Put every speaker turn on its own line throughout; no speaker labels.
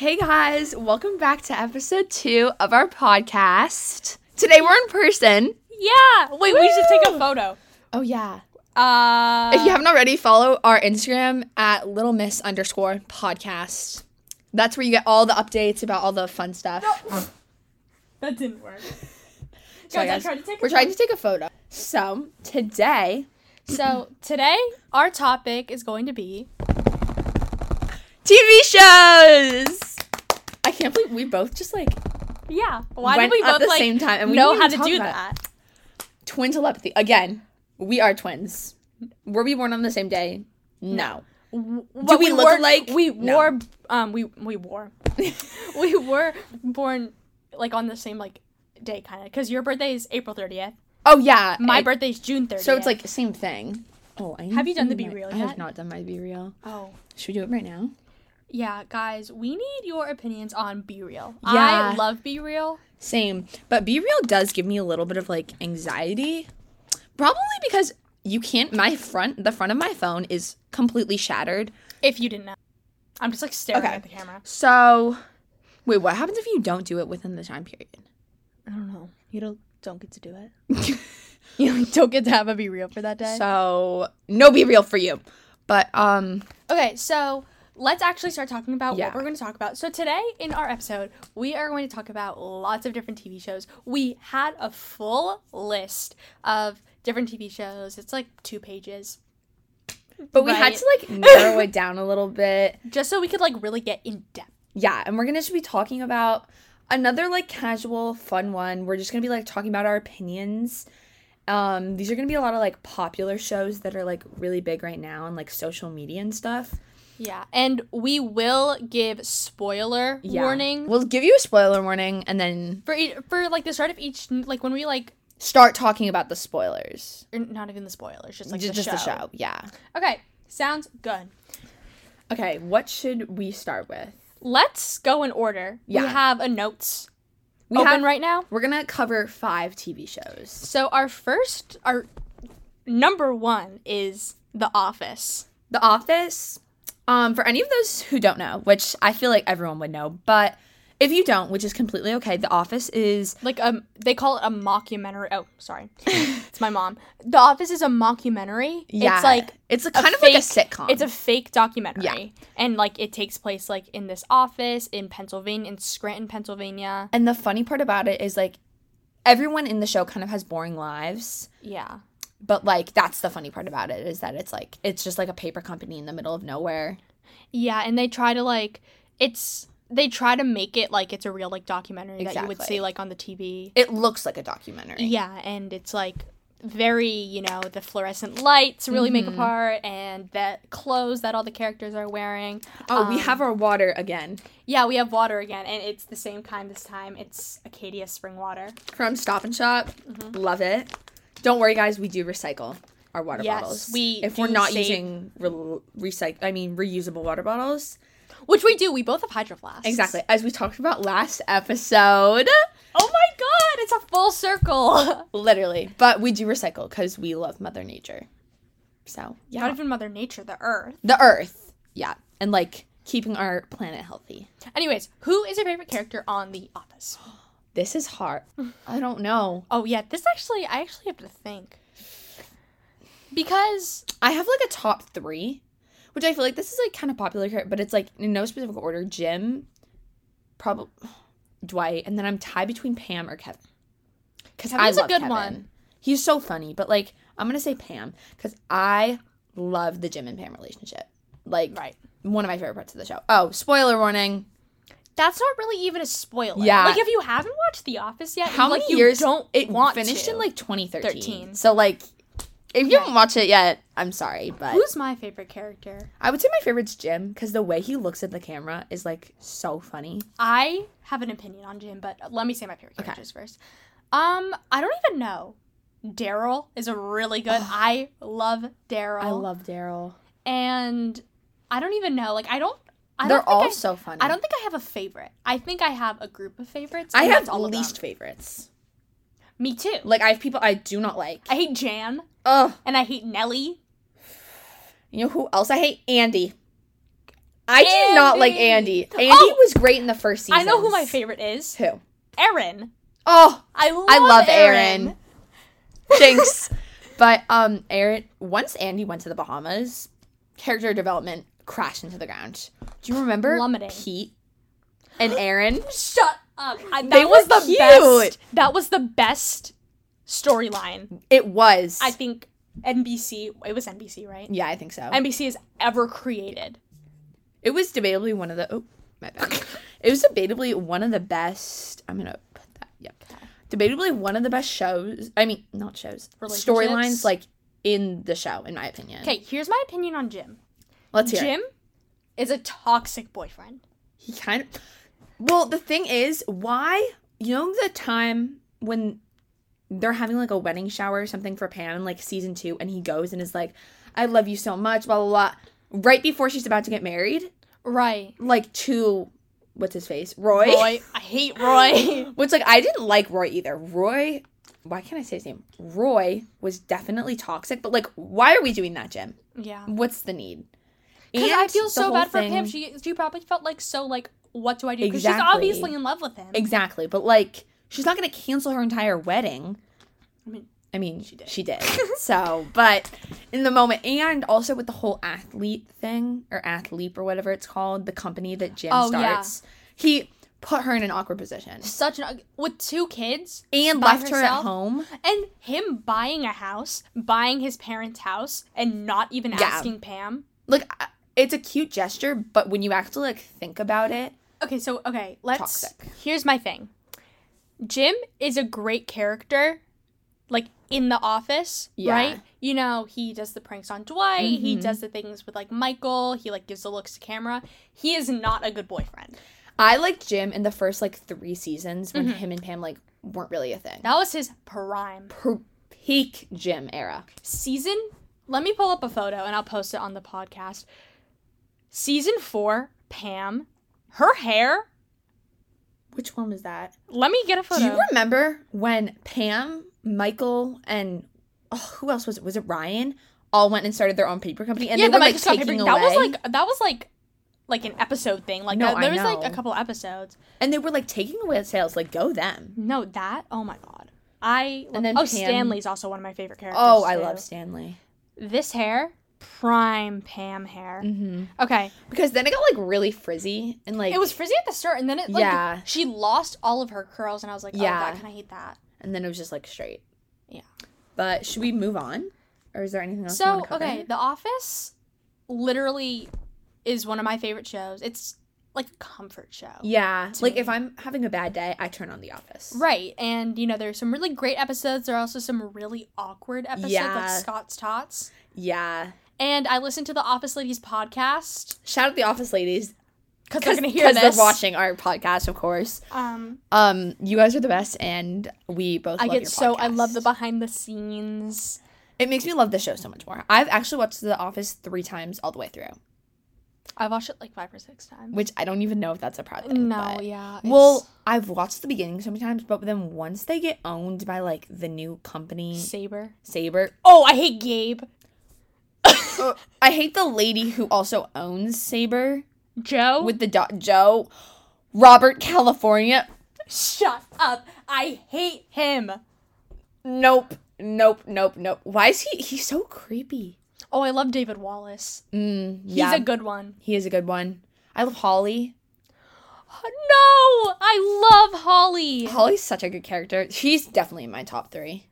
guys. Welcome back to episode two of our podcast. Today we're in person.
Yeah. Wait, we should take a photo.
Oh, yeah.
Uh,
If you haven't already, follow our Instagram at little miss underscore podcast. That's where you get all the updates about all the fun stuff.
that didn't work.
Sorry, guys.
guys, I tried to take a
we're trying to take a photo. So today,
So today, our topic is going to be
TV shows. I can't believe we both just like
yeah. Why
went
did we
at
both
the
like
same time and we
know
didn't
how
even
to
talk
do
about it.
that?
twin telepathy again we are twins were we born on the same day no
What
we look
were,
alike?
We
No.
wore um we we wore we were born like on the same like day kind of because your birthday is April thirtieth.
oh yeah
My
it-
birthday's June thirtieth.
so it's like same thing oh I
Have you done the Be
my-
Real
i have
yet?
not done my be real
oh
should we do it right now
yeah, guys, we need your opinions on Be Real. I
Yeah.
love Be Real.
same but be real does give me a little bit of like anxiety probably because you can't my front the front of my phone is completely shattered
If you didn't know, I'm just like staring
Okay.
at the camera.
so wait what happens if you don't do it within the time period
I don't know. You don't don't get to do it.
you
Don't get to have a be real for that day.
so no be real for you but um
okay, so let's actually start talking about
Yeah.
what we're going to talk about. So today in our episode, we are going to talk about lots of different TV shows. We had a full list of different TV shows. It's like two pages,
But we had
Right.
to like narrow it down a little bit.
just so we could like really get in depth.
Yeah, and we're gonna just be talking about another like casual, fun one. We're just gonna be like talking about our opinions. Um, these are gonna be a lot of like popular shows that are like really big right now and like social media and stuff.
Yeah, and we will give spoiler
Yeah.
warning
We'll give you a spoiler warning and then
for ea- for like the start of each like when we like
start talking about the spoilers.
or not even the spoilers, just like
Ju-
the
just
show.
the show, yeah.
Okay, sounds good.
Okay, what should we start with?
Let's go in order.
Yeah.
We have a notes
We
open
have
right now.
we're gonna cover five TV shows.
So our first, our number one is The Office.
The Office, um, for any of those who don't know, which I feel like everyone would know, but if you don't, which is completely okay, The Office is
Like um, they call it a mockumentary. Oh, sorry, it's my mom. The Office is a mockumentary.
yeah,
It's like
it's a kind of like a
fake-
sitcom.
it's a fake documentary,
Yeah.
and like it takes place like in this office in Pennsylvania, in Scranton, Pennsylvania.
and the funny part about it is like everyone in the show kind of has boring lives,
Yeah.
but like that's the funny part about it is that it's like it's just like a paper company in the middle of nowhere.
Yeah, and they try to like it's they try to make it like it's a real like documentary that you would
Exactly.
see like on the TV.
It looks like a documentary.
Yeah, and it's like very, you know, the fluorescent lights really make
Mm-hmm.
a part and the clothes that all the characters are wearing.
Oh, we
Um,
have our water again
Yeah, we have water again and it's the same kind this time. It's Acadia spring water.
from Stop and Shop.
Mm-hmm.
Love it. Don't worry, guys. We do recycle our water
Yes,
bottles.
we
if we're
do
not
save-
using re- recycle, I mean reusable water bottles.
Which we do. We both have hydro flasks.
Exactly, as we talked about last episode,
Oh my god, it's a full circle.
literally. But we do recycle because we love Mother Nature. So yeah,
Not even Mother Nature, the earth.
the Earth. Yeah, and like keeping our planet healthy.
Anyways, who is your favorite character on The Office?
This is hard. I don't know.
Oh yeah, this actually I actually have to think. Because
I have like a top three, which I feel like this is like kind of popular, here, but it's like in no specific order. Jim, probably Dwight, and then I'm tied between Pam or Kevin. Because
Kevin's a good one.
He's so funny, but like I'm gonna say Pam because I love the Jim and Pam relationship. Like
right.
one of my favorite parts of the show. Oh, spoiler warning!
That's not really even a spoiler.
Yeah.
Like if you haven't watched The Office yet,
How
like,
many
you
years
don't
it
want
finished
to.
in like 2013?
13.
So like, if you haven't watched it yet, I'm sorry, but
Who's my favorite character?
I would say my favorite's Jim because the way he looks at the camera is like so funny.
I have an opinion on Jim, but let me say my favorite characters first. Um, I don't even know. Daryl is a really good. I love Daryl.
I love Daryl.
and I don't even know. Like I don't. I
They're
don't
all
think
so funny.
I, I don't think I have a favorite. I think I have a group of favorites.
I
and
have
that's all of
least
them.
favorites.
Me too.
Like I have people I do not like.
I hate Jan
Ugh.
and I hate Nelly.
You know who else I hate? Andy. I do not like
Andy.
Andy. Andy
Oh!
was great in the first season.
I know who my favorite is.
Who?
Erin.
Oh,
I love
I love
Erin.
Aaron. Jinx. but um, Aaron. Once Andy went to the Bahamas, character development crashed into the ground. Do you remember
Plummeting.
Pete and Aaron?
Shut up. I, that
They
was
were
the
cute.
best. That was the best storyline.
it was.
I think NBC. It was NBC, right?
yeah, I think so.
NBC has ever created.
It was debatably one of the oh my bad. it was debatably one of the best. I'm gonna put that. Yep. Debatably one of the best shows. I mean, not shows.
Relationships?
Storylines like in the show, in my opinion.
Okay, here's my opinion on Jim.
Let's hear. It.
Jim is a toxic boyfriend.
He kind of. Well, the thing is, why you know the time when they're having like a wedding shower or something for Pam in like season two, and he goes and is like, "I love you so much," blah blah blah. Right before she's about to get married,
Right.
like to what's his face,
Roy. I hate Roy.
Which like I didn't like Roy either. Roy, why can't I say his name? Roy was definitely toxic, but like, why are we doing that, Jim?
yeah.
What's the need?
Because I
And
feel
the
so
whole
bad for
thing-
Pam. She she probably felt like so like what do I do? Because she's
Exactly.
obviously in love with him.
exactly, but like, she's not gonna cancel her entire wedding.
I mean,
I mean,
She
she
did.
did. so, but in the moment, and also with the whole athlete thing or athlete or whatever it's called, the company that Jim
Oh, yeah.
starts, he put her in an awkward position
such an with two kids
and
By
left her
herself?
at home.
and him buying a house, buying his parents' house, and not even
Yeah.
asking Pam.
like I- it's a cute gesture, but when you actually like think about it,
Okay, so okay, let's.
Toxic.
Here's my thing. Jim is a great character, like in the office,
Yeah. Mm-hmm.
right? You know, he does the pranks on Dwight. He does the things with like Michael. He like gives the looks to camera. He is not a good boyfriend.
I liked Jim in the first like three seasons
Mm-hmm.
when him and Pam like weren't really a thing.
That was his prime
Per- peak Jim era.
season. Let me pull up a photo and I'll post it on the podcast. Season four, Pam, her hair.
Which one was that?
Let me get a photo.
Do you remember when Pam, Michael, and oh, who else was it? Was it Ryan? All went and started their own paper company, and
yeah,
they
the
were like
microscope
taking
paper.
away.
That was like that was like like an episode thing. Like
No,
that- there
I
was like a
know.
couple episodes.
and they were like taking away sales. Like go them.
No, that. Oh my god. I
And then
oh
Pam-
Stanley's also one of my favorite characters.
Oh, I
too.
love Stanley.
this hair. Prime Pam hair.
Mm-hmm.
Okay,
Because then it got like really frizzy and like
it was frizzy at the start, and then it like
Yeah.
she lost all of her curls, and I was like, oh
Yeah.
god, can I hate that?
and then it was just like straight.
Yeah.
But should we move on, or is there anything else? you
So
wanna cover?
okay, The Office, literally, is one of my favorite shows. It's like a comfort show.
Yeah,
to
like
me.
if I'm having a bad day, I turn on The Office.
Right, and you know there's some really great episodes. There are also some really awkward episodes, like
Yeah.
Scott's Tots.
Yeah.
And I listened to the Office Ladies podcast
Shout out The Office ladies
because they're
because
gonna hear this.
they're watching our podcast, of course.
Um,
Um, you guys are the best, and we both.
I
love
get
your
so I love the
podcast.
behind the scenes.
It makes me love the show so much more. I've actually watched The Office three times all the way through,
I watched it like five or six times.
which I don't even know if that's a proud thing.
no,
but-
yeah. it's-
Well, I've watched the beginning so many times, but then once they get owned by like the new company,
Saber.
Saber,
Oh, I hate Gabe.
Uh, I hate the lady who also owns Saber
Joe.
with the dot Joe. Robert California.
Shut up. I hate him.
Nope. Nope. Nope. Nope. Why is he? He's so creepy.
Oh, I love David Wallace.
Mm,
He's
yeah.
a good one.
he is a good one. I love Holly.
No, I love Holly.
Holly's such a good character. She's definitely in my top three.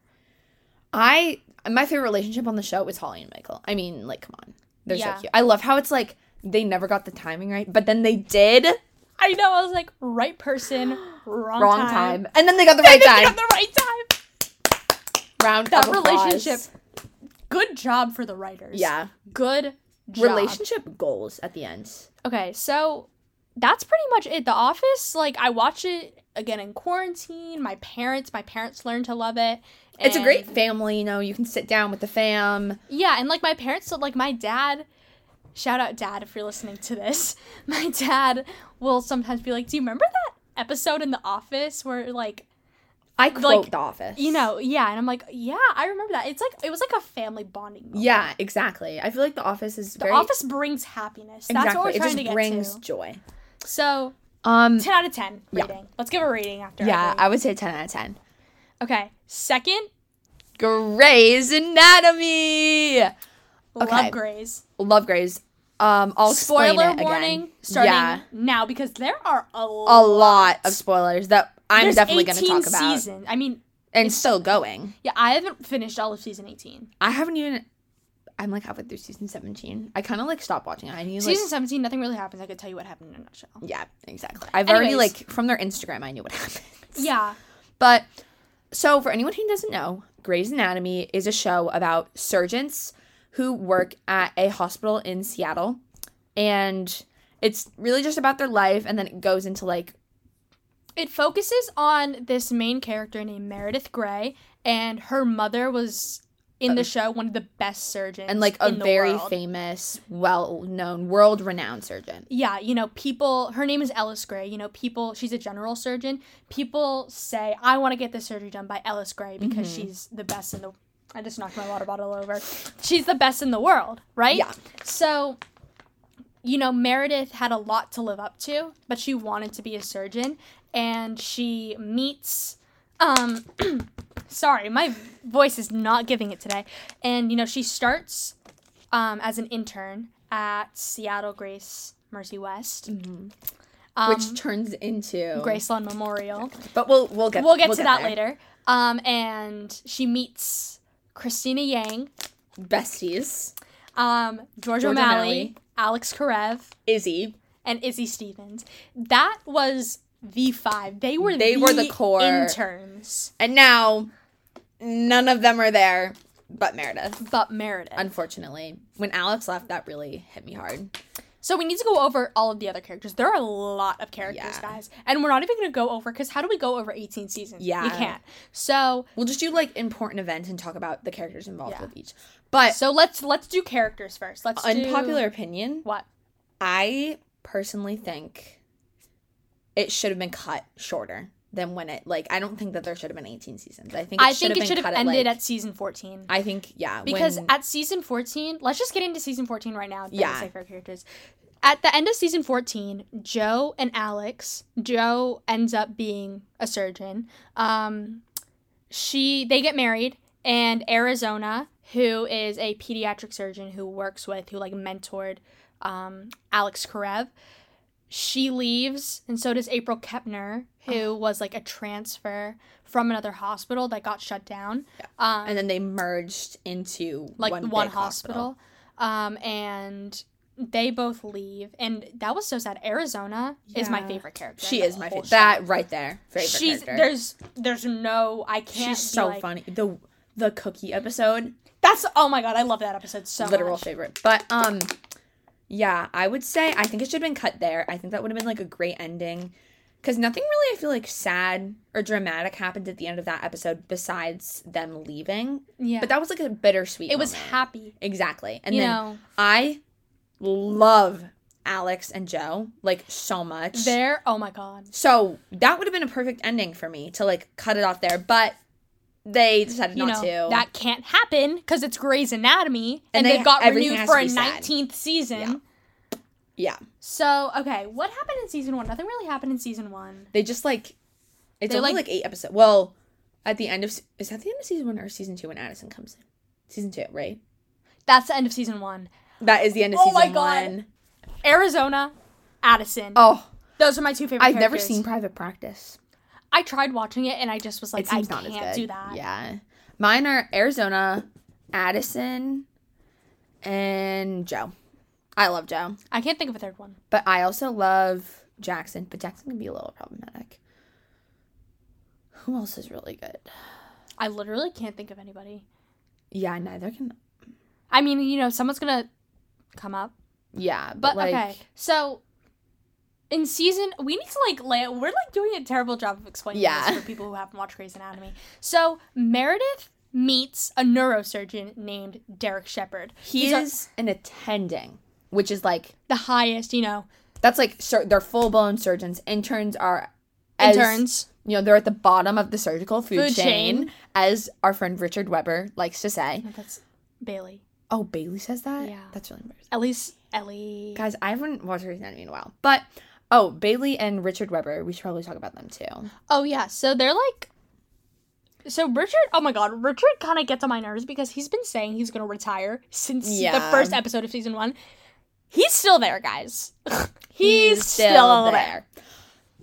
I my favorite relationship on the show is Holly and Michael. I mean, like, come on, they're
Yeah.
so cute. I love how it's like they never got the timing right, but then they did.
I know. I was like, right person, wrong,
Wrong
time.
time, and then they got the right
They got
time.
the right time.
Round
That
of applause.
relationship Good job for the writers.
Yeah.
Good job.
relationship goals at the end.
Okay, so that's pretty much it. The Office, like I watch it again in quarantine. My parents, my parents learned to love it.
It's a great
and-
family, you know, you can sit down with the fam.
Yeah, and like my parents, so like my dad, shout out dad if you're listening to this. My dad will sometimes be like, "Do you remember that episode in The Office where like
I quote
like,
The Office.
you know, yeah. And I'm like, yeah, I remember that. It's like it was like a family bonding. Moment.
Yeah, exactly. I feel like The Office is
The
very
office brings happiness. That's
exactly.
what we're
it
trying
just
to get
brings
to.
joy.
So
Um.
ten out of ten
Yeah.
rating. Let's give a rating after.
Yeah,
every-
I would say ten out of ten.
okay. Second,
Grey's Anatomy. Okay.
love Grays.
Love Grey's. Um, I'll explain
Spoiler
it again.
warning starting
Yeah,
now because there are a,
a lot of spoilers that I'm
There's
definitely going to
18
talk about,
Season. I mean,
and still going.
yeah, I haven't finished all of season 18.
I haven't even. I'm like halfway through season 17. I kind of like stopped watching. it. I need like.
Season 17, nothing really happens. I could tell you what happened in a nutshell.
yeah, exactly. I've already
Anyways.
like from their Instagram. I knew what happened.
Yeah.
But so for anyone who doesn't know, Grey's Anatomy is a show about surgeons who work at a hospital in Seattle and it's really just about their life and then it goes into like
It focuses on this main character named Meredith Grey, and her mother was in the show one of the best surgeons.
Uh, and like a
in the
very
world.
famous, well-known, world-renowned surgeon.
Yeah, you know, people, her name is Ellis Gray. You know, people, she's a general surgeon. People say, I want to get this surgery done by Ellis Gray because she's the best in the I just knocked my water bottle over. She's the best in the world, right?
Yeah.
So, you know, Meredith had a lot to live up to, but she wanted to be a surgeon and she meets um sorry, my voice is not giving it today. And you know, she starts um as an intern at Seattle Grace Mercy West,
Mm-hmm.
um,
Which turns into
Graceland Memorial.
But we'll we'll get
We'll get to that
there.
later. Um, and she meets Christina Yang,
Besties.
um, George,
George
O'Malley,
O'Malley.
Alex Karev,
Izzy.
and Izzy Stevens. That was the five. They were
They
the
were the core.
interns,
And now none of them are there but Meredith.
but Meredith.
Unfortunately, when Alex left, that really hit me hard.
so we need to go over all of the other characters. There are a lot of characters,
Yeah.
guys, and we're not even going to go over because how do we go over eighteen seasons? you
Yeah.
can't. So
We'll just do like important events and talk about the characters involved
Yeah.
with each. But
so let's let's do characters first. Let's do-
unpopular opinion,
what?
I personally think it should have been cut shorter than when it like I don't think that there should have been 18 seasons. I think it
I
should
think
have
it
been
should have
cut
ended
at, like,
at season 14.
I think yeah,
because
when-
at season 14, let's just get into season 14 right now. and then we'll
Yeah.
say favorite characters. At the end of season 14, Joe and Alex, Joe ends up being a surgeon. Um, she they get married and Arizona, who is a pediatric surgeon who works with who like mentored um, Alex Karev, she leaves and so does April Kepner,
Oh.
who was like a transfer from another hospital that got shut down. Um,
and then they merged into
like one,
big
hospital. Um, and they both leave, and that was so sad. Arizona is my
Yeah.
favorite character.
She
in the
is my
whole
favorite.
show.
That right there. Favorite
She's
character.
there's there's no I can't.
She's
be
so
like-
funny. The the cookie episode,
That's oh my god, I love that episode so
literal
much.
favorite. But um yeah, I would say I think it should have been cut there. I think that would have been like a great ending cuz nothing really I feel like sad or dramatic happened at the end of that episode besides them leaving.
Yeah,
But that was like a bittersweet
it was
moment.
happy.
Exactly. And
you
then
know,
I love Alex and Joe like so much.
there. Oh my god.
So that would have been a perfect ending for me to like cut it off there, but they decided
You
not
know
to.
that can't happen because it's Grey's Anatomy, and,
And
they,
they-
got
everything
renewed
has
for
to
a
be sad.
nineteenth season.
Yeah. yeah,
So okay, what happened in season one? Nothing really happened in season one.
they just like it's
They,
only
like-
like, eight episodes. Well, at the end of se- is that the end of season one or season two when Addison comes in? Season two, right?
That's the end of season one.
That is the end of
Oh
season
my God.
one.
Arizona, Addison.
Oh,
Those are my two favorite.
I've never
characters.
seen Private Practice.
I tried watching it and I just was like,
It
I
seems not as
can't
good.
do that.
Yeah, mine are Arizona, Addison, and Joe. I love Joe,
I can't think of a third one.
but I also love Jackson. But Jackson can be a little problematic. Who else is really good?
I literally can't think of anybody.
Yeah, neither can.
I mean, you know, someone's gonna come up.
Yeah, but,
But
like,
okay, so in season, we need to like lay. We're like doing a terrible job of explaining
Yeah.
this for people who haven't watched Grey's Anatomy. So Meredith meets a neurosurgeon named Derek Shepard.
He
He's a-
is an attending, which is like
the highest, you know,
that's like sur- they're full blown surgeons. Interns are as
interns.
you know, they're at the bottom of the surgical food,
Food
chain,
chain.
as our friend Richard Weber likes to say.
No, that's Bailey.
Oh, Bailey says that?
Yeah.
That's really embarrassing.
Ellie's Ellie.
Guys, I haven't watched Grey's Anatomy in a while. But, oh, Bailey and Richard Weber, we should probably talk about them too.
Oh yeah, so they're like so Richard, oh my god, Richard kind of gets on my nerves because he's been saying he's going to retire since the
Yeah.
first episode of season 1. He's still there, guys. he's, still there.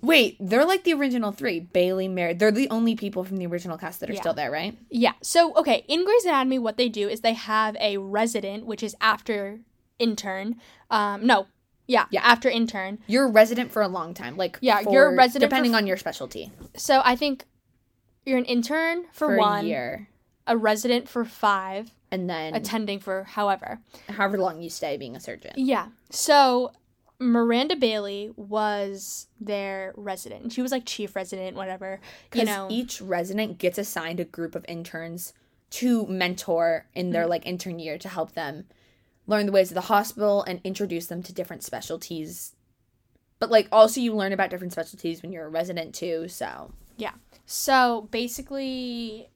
Wait, they're like the original three. Bailey, Mary. They're the only people from the original cast that are
Yeah.
still there, right?
Yeah. So, okay, in Grey's Anatomy what they do is they have a resident which is after intern. Um no. Yeah,
Yeah.
after intern.
You're a resident for a long time. Like,
Yeah, you're a
for-
resident for
Depending
f-
on your specialty.
So, I think you're an intern for, one,
a year.
a resident for 5,
And then
attending for however.
however long you stay being a surgeon.
Yeah. So Miranda Bailey was their resident. She was like chief resident, whatever. You
because
know.
each resident gets assigned a group of interns to mentor in
Mm-hmm.
their like intern year to help them learn the ways of the hospital and introduce them to different specialties but like also you learn about different specialties when you're a resident too so
so basically,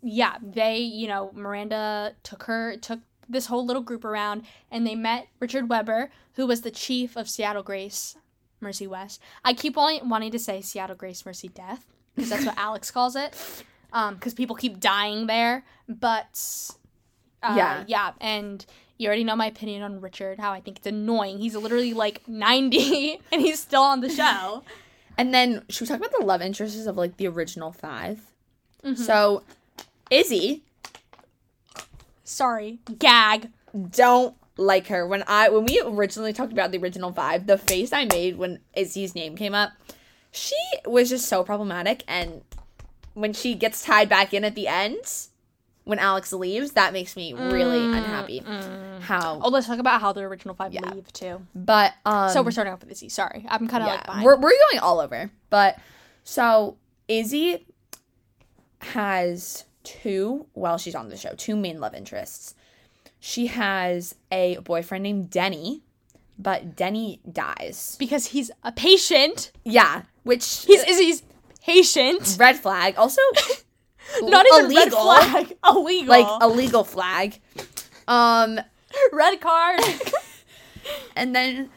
yeah, they, you know, Miranda took her took this whole little group around and they met Richard Weber, who was the chief of Seattle Grace Mercy West. I keep only wanting to say Seattle Grace Mercy Death because that's what Alex calls it. Um, because people keep dying there, but uh, yeah,
Yeah.
yeah, and you already know my opinion on Richard. How I think it's annoying. He's literally like ninety, and he's still on the show.
and then should we talk about the love interests of like the original 5
Mhm.
so izzy
Sorry, gag.
don't like her when i when we originally talked about the original five the face i made when izzy's name came up she was just so problematic and when she gets tied back in at the end when alex leaves that makes me really unhappy
Mm, Oh,
how
let's talk about how the original five
Yeah.
leave too.
but um
so we're starting off with Izzy. Sorry, I'm kind of
yeah,
like behind.
we're, we're going all over but so izzy has two well she's on the show two main love interests she has a boyfriend named denny but denny dies
because he's a patient.
Yeah, which
He's Izzy's patient.
red flag. Also,
Not even red
illegal,
flag. Illegal.
like a legal flag. Um,
red card.
and then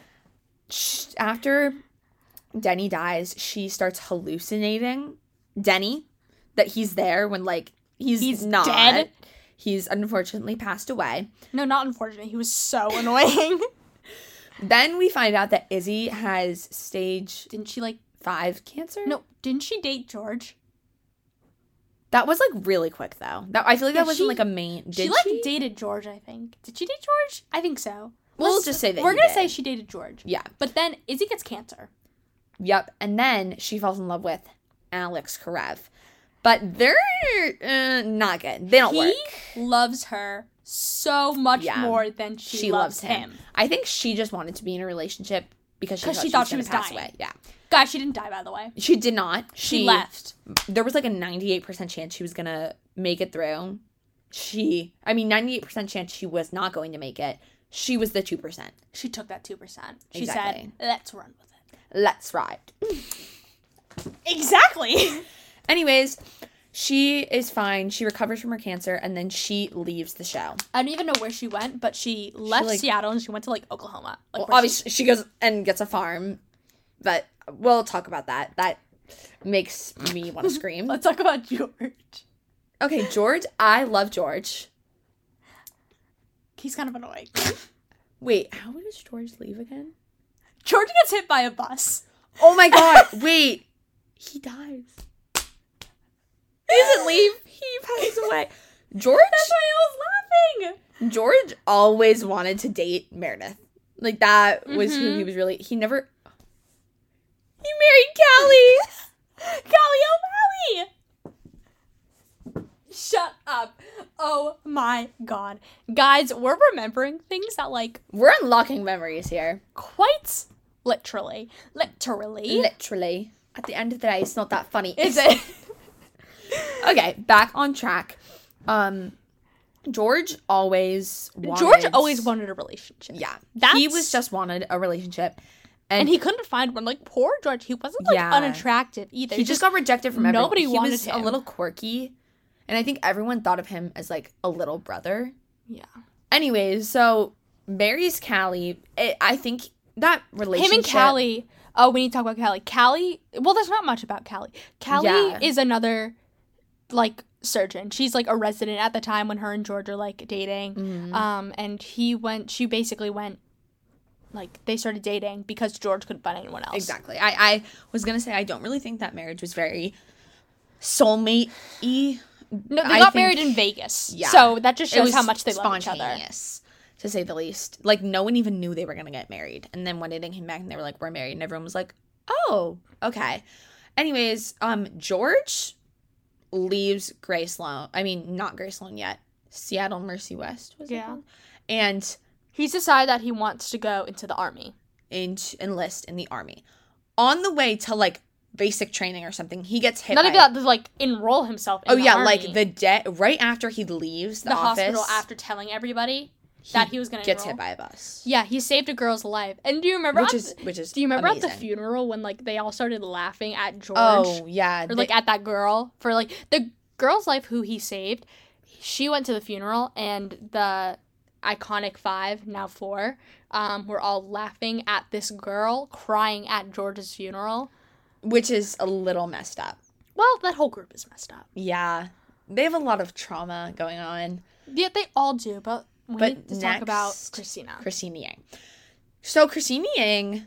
sh- after Denny dies, she starts hallucinating Denny that he's there when like he's
He's
not.
dead?
He's unfortunately passed away.
no, not unfortunate. He was so annoying.
Then we find out that Izzy has stage
Didn't she like?
five cancer.
No, didn't she date George?
that was like really quick though. That I feel like
Yeah,
that wasn't
she-
like a main. Did
she like dated George, I think. Did she date George? I think so.
Well, let's just say that
we're
he
gonna
did.
say she dated George.
yeah.
But then Izzy gets cancer.
Yep. And then she falls in love with Alex Karev. But they're uh, not good. They don't
he
work.
loves her so much
Yeah.
more than she,
She
loves,
loves
him.
him. I think she just wanted to be in a relationship because she
'Cause
thought she, thought she was, gonna pass
dying.
away. Yeah.
God, she didn't die by the way.
She did not. She,
She, left.
There was like a 98% chance she was going to make it through. She, I mean, 98% chance she was not going to make it. She was the 2%.
She took that two percent. She
Exactly.
said, "Let's run with it."
Let's ride.
Exactly.
Anyways, she is fine. She recovers from her cancer and then she leaves the show.
I don't even know where she went, but she left
like-
Seattle and she went to like Oklahoma.
Well,
Like, where she-
obviously she goes and gets a farm, but we'll talk about that. That makes me want to scream.
let's talk about George.
Okay, George, I love George.
He's kind of annoying.
Wait, how does George leave again?
George gets hit by a bus.
Oh my god, wait. He dies. He doesn't leave. He passes away. George
I was laughing.
George always wanted to date Meredith. Like that was who he was really he never He married Callie.
Callie O'Malley! Shut up. Oh my god. Guys, we're remembering things that, like,
We're unlocking memories here.
quite literally. Literally.
Literally. At the end of the day, it's not that funny.
is it?
okay, back on track. Um George always wanted
George always wanted a relationship.
Yeah.
That's-
He was just wanted a relationship.
And, he couldn't find one. Like poor George, he wasn't like
Yeah.
unattractive either.
he just got rejected from everyone.
nobody
he
wanted
was a
him.
little quirky, and I think everyone thought of him as like a little brother.
yeah.
Anyways, so marries Callie. It, I think that relationship.
Him and Callie. Oh, we need to talk about Callie. Callie. Well, there's not much about Callie. Callie
Yeah.
is another like surgeon. She's like a resident at the time when her and George are like dating.
Mhm.
Um, and he went. She basically went. Like they started dating because George couldn't find anyone else.
Exactly. I, I was gonna say I don't really think that marriage was very soulmate y.
No, they
I
got
think-
married in Vegas.
Yeah.
So that just shows how much they love each other.
spontaneous, To say the least. Like no one even knew they were gonna get married. And then one day they came back and they were like, We're married, and everyone was like, Oh, okay. Anyways, um, George leaves Grace Sloan. I mean, not Grace Sloan yet. Seattle Mercy West was
Yeah.
it? called? And
He's decided that he wants to go into the army.
en- enlist in the army. On the way to like basic training or something, he gets hit.
Not
by
even that, to, like enroll himself. In
Oh
the
yeah,
army.
like the day right after he leaves the,
the
office,
hospital after telling everybody that he was gonna
gets
enroll.
hit by a bus.
Yeah, he saved a girl's life. And do you remember?
which
at
is
the-
which is
do you remember at the
amazing.
funeral when like they all started laughing at George
Oh yeah,
or
they-
like at that girl for like the girl's life who he saved? She went to the funeral and the iconic five now four um, were all laughing at this girl crying at George's funeral.
which is a little messed up.
Well, that whole group is messed up.
Yeah, they have a lot of trauma going on.
Yeah, they all do, but we
But
need to talk about
next-
Christina.
Christine Yang. So Christine Yang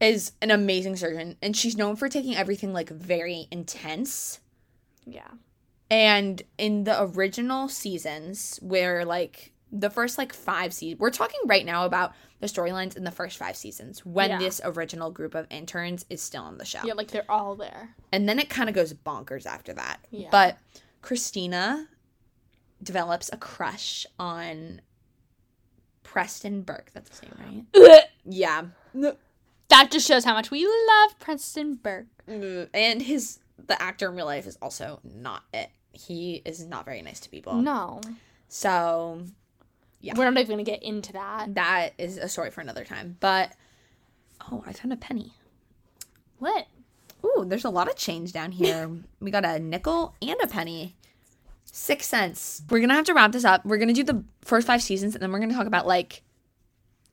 is an amazing surgeon, and she's known for taking everything like very intense.
yeah.
And in the original seasons, where like the first like five seasons, we're talking right now about the storylines in the first five seasons when
Yeah.
this original group of interns is still on the show.
Yeah, like they're all there.
And then it kind of goes bonkers after that.
Yeah.
But Christina develops a crush on Preston Burke. That's his name, right? Yeah.
That just shows how much we love Preston Burke.
Mm, And his the actor in real life is also not it. He is not very nice to people.
No.
So Yeah.
We're not even gonna get into that.
that is a story for another time. But oh, I found a penny.
What?
Ooh, there's a lot of change down here. we got a nickel and a penny. Six cents. We're gonna have to wrap this up. We're gonna do the first five seasons and then we're gonna talk about like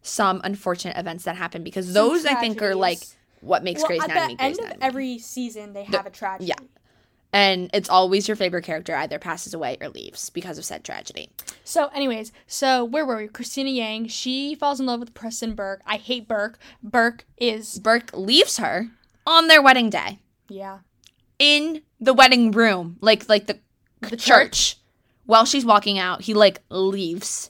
some unfortunate events that happened because those I think are like
tragedies.
what makes Grey's Anatomy Grey's Anatomy.
every season, they have a tragedy.
yeah. and it's always your favorite character either passes away or leaves because of said tragedy.
So, anyways, so where were we? Christina Yang. She falls in love with Preston Burke. I hate Burke. Burke is
Burke leaves her on their wedding day
yeah.
in the wedding room, like like the
The
church. While she's walking out, he like leaves.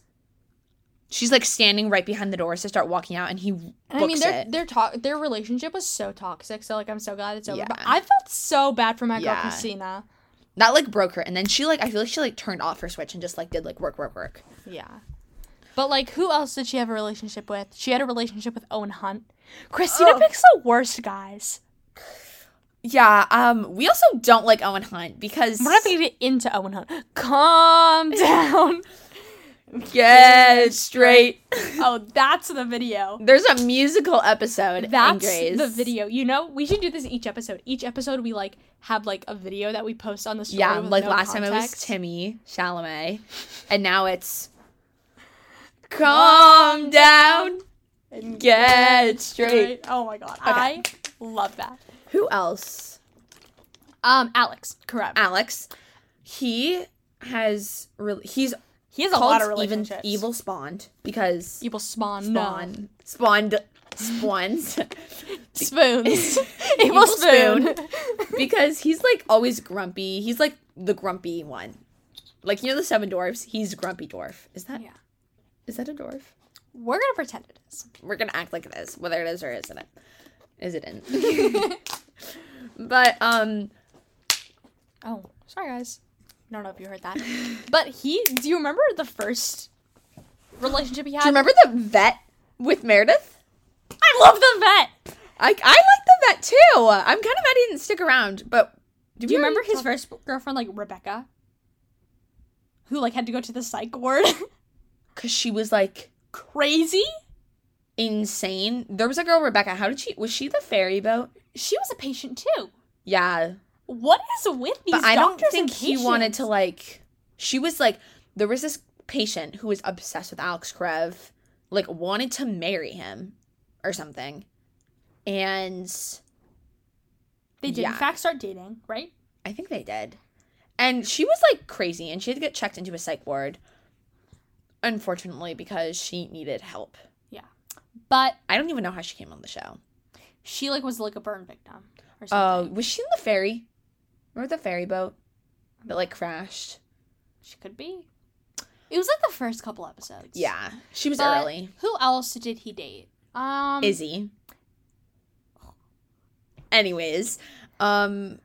She's like standing right behind the doors to start walking out, and he books
And I mean, their
it.
their talk their relationship was so toxic. So like, I'm so glad it's over. But
Yeah.
I felt so bad for my girl
Yeah.
Christina.
That like broke her, and then she like I feel like she like turned off her switch and just like did like work, work, work.
Yeah. But like, who else did she have a relationship with? She had a relationship with Owen Hunt. Christina
Oh.
picks the worst guys.
Yeah. Um. We also don't like Owen Hunt because Um,
We're not gonna get into Owen Hunt. Calm down.
get straight.
oh, that's the video.
There's a musical episode.
That's
in Grey's.
the video. You know, we should do this each episode. Each episode, we like have like a video that we post on the story.
Yeah.
with
Like
no
last time it was
context.
Timmy Chalamet, and now it's calm down.
And
Get straight.
Oh my god, I
Okay.
love that.
Who else?
Um, Alex, correct.
Alex. He has re- he's
he has a
called
lot of
even
relationships.
evil spawned because
evil spawn,
spawn
spawn.
spawned spawns
spoons,
Evil
evil spoon.
because he's like always grumpy. He's like the grumpy one. Like you know the seven dwarfs, he's grumpy dwarf. Is that is
yeah,
that a dwarf?
we're gonna pretend it is.
We're gonna act like it is, whether it is or isn't it. Is it in? but um
Oh, sorry guys. I don't know if you heard that, but he. Do you remember the first relationship he had?
do you remember the vet with Meredith?
I love the vet.
I, I like the vet too. I'm kind of mad he didn't stick around, but
Do you remember his first girlfriend, like Rebecca, who like had to go to the psych ward?
Because she was like,
Crazy.
insane. There was a girl, Rebecca. How did she? Was she the ferry boat?
She was a patient too.
Yeah,
What is with these
but I don't
doctors
think
and
he wanted to
patients?
like. She was like there was this patient who was obsessed with Alex Krev, like wanted to marry him or something, and
They did
yeah.
in fact start dating, right?
I think they did. And she was like crazy, and she had to get checked into a psych ward. Unfortunately, because she needed help.
But
I don't even know how she came on the show.
she like was like a burn victim or
Oh,
something.
was she in the ferry? Remember the ferry boat that like crashed?
she could be. It was like the first couple episodes.
Yeah, she was
But-
early.
Who else did he date? Um
Izzy. Anyways, um,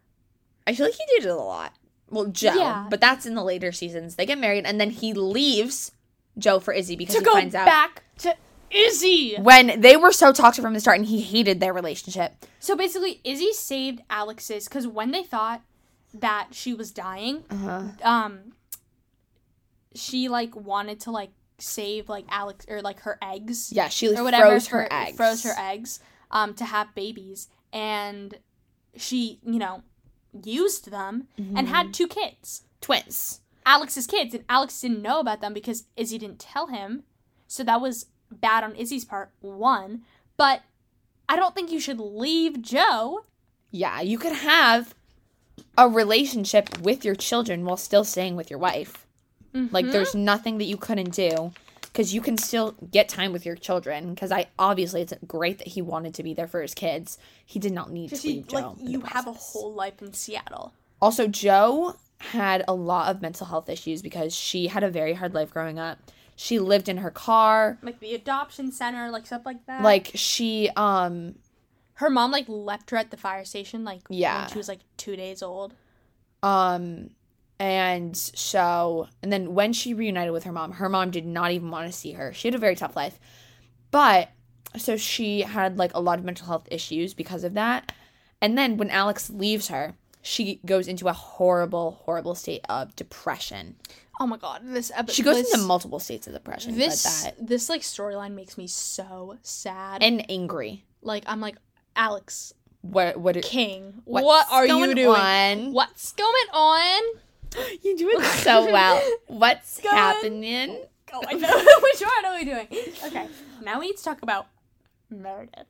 I feel like he dated a lot. Well, Joe,
Yeah.
but that's in the later seasons. They get married, and then he leaves Joe for Izzy because
to
he
go
finds out
back to Izzy.
when they were so toxic from the start, and he hated their relationship.
So basically, Izzy saved Alex's because when they thought that she was dying,
Uh-huh.
um, she like wanted to like save like Alex or like her eggs
Yeah, she
or whatever
froze her, eggs.
froze her eggs, um, to have babies, and she you know used them and
Mm-hmm.
had two kids,
twins.
Alex's kids, and Alex didn't know about them because Izzy didn't tell him, so that was bad on Izzy's part. One, but I don't think you should leave Joe.
Yeah, you could have a relationship with your children while still staying with your wife. Mm-hmm. Like,
Mhm.
there's nothing that you couldn't do because you can still get time with your children. Because I obviously, it's great that he wanted to be there for his kids. He did not need to
Just you-
leave Joe.
like
in the
you have a
process.
whole life in Seattle.
Also, Joe had a lot of mental health issues because she had a very hard life growing up. She lived in her car.
Like the adoption center, like stuff like that.
Like she, um,
her mom like left her at the fire station like
Yeah.
when she was like 2 days old.
Um, and so, and then when she reunited with her mom, her mom did not even want to see her. She had a very tough life. But so she had like a lot of mental health issues because of that. And then when Alex leaves her, she goes into a horrible, horrible state of depression.
Oh my god, this episode
She goes
this,
into multiple states of depression,
this
but
this like storyline makes me so sad.
that and angry.
like I'm like Alex
What? What?
King,
what's
what are you
going
doing?
on?
What's going on?
You do it so well. What's
Going-
happening?
Oh, I know which one are we doing? Okay, now we need to talk about Meredith.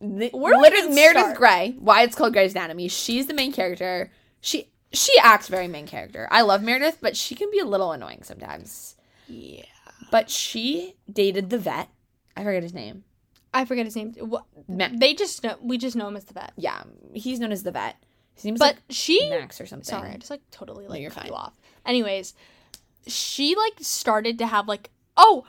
Li-
Where do we
Meredith,
even
Meredith
start?
Grey, why it's called Grey's Anatomy. She's the main character. She she acts very main character. I love Meredith, but she can be a little annoying sometimes.
Yeah.
But she dated the vet. I forget his name.
I forget his name. What
Ma-
they just know we just know him as the vet.
yeah, he's known as the vet. His name's
But
like
she
Max or something.
Sorry, I just like totally like
you're
cut
fine.
you off. Anyways, she like started to have like oh,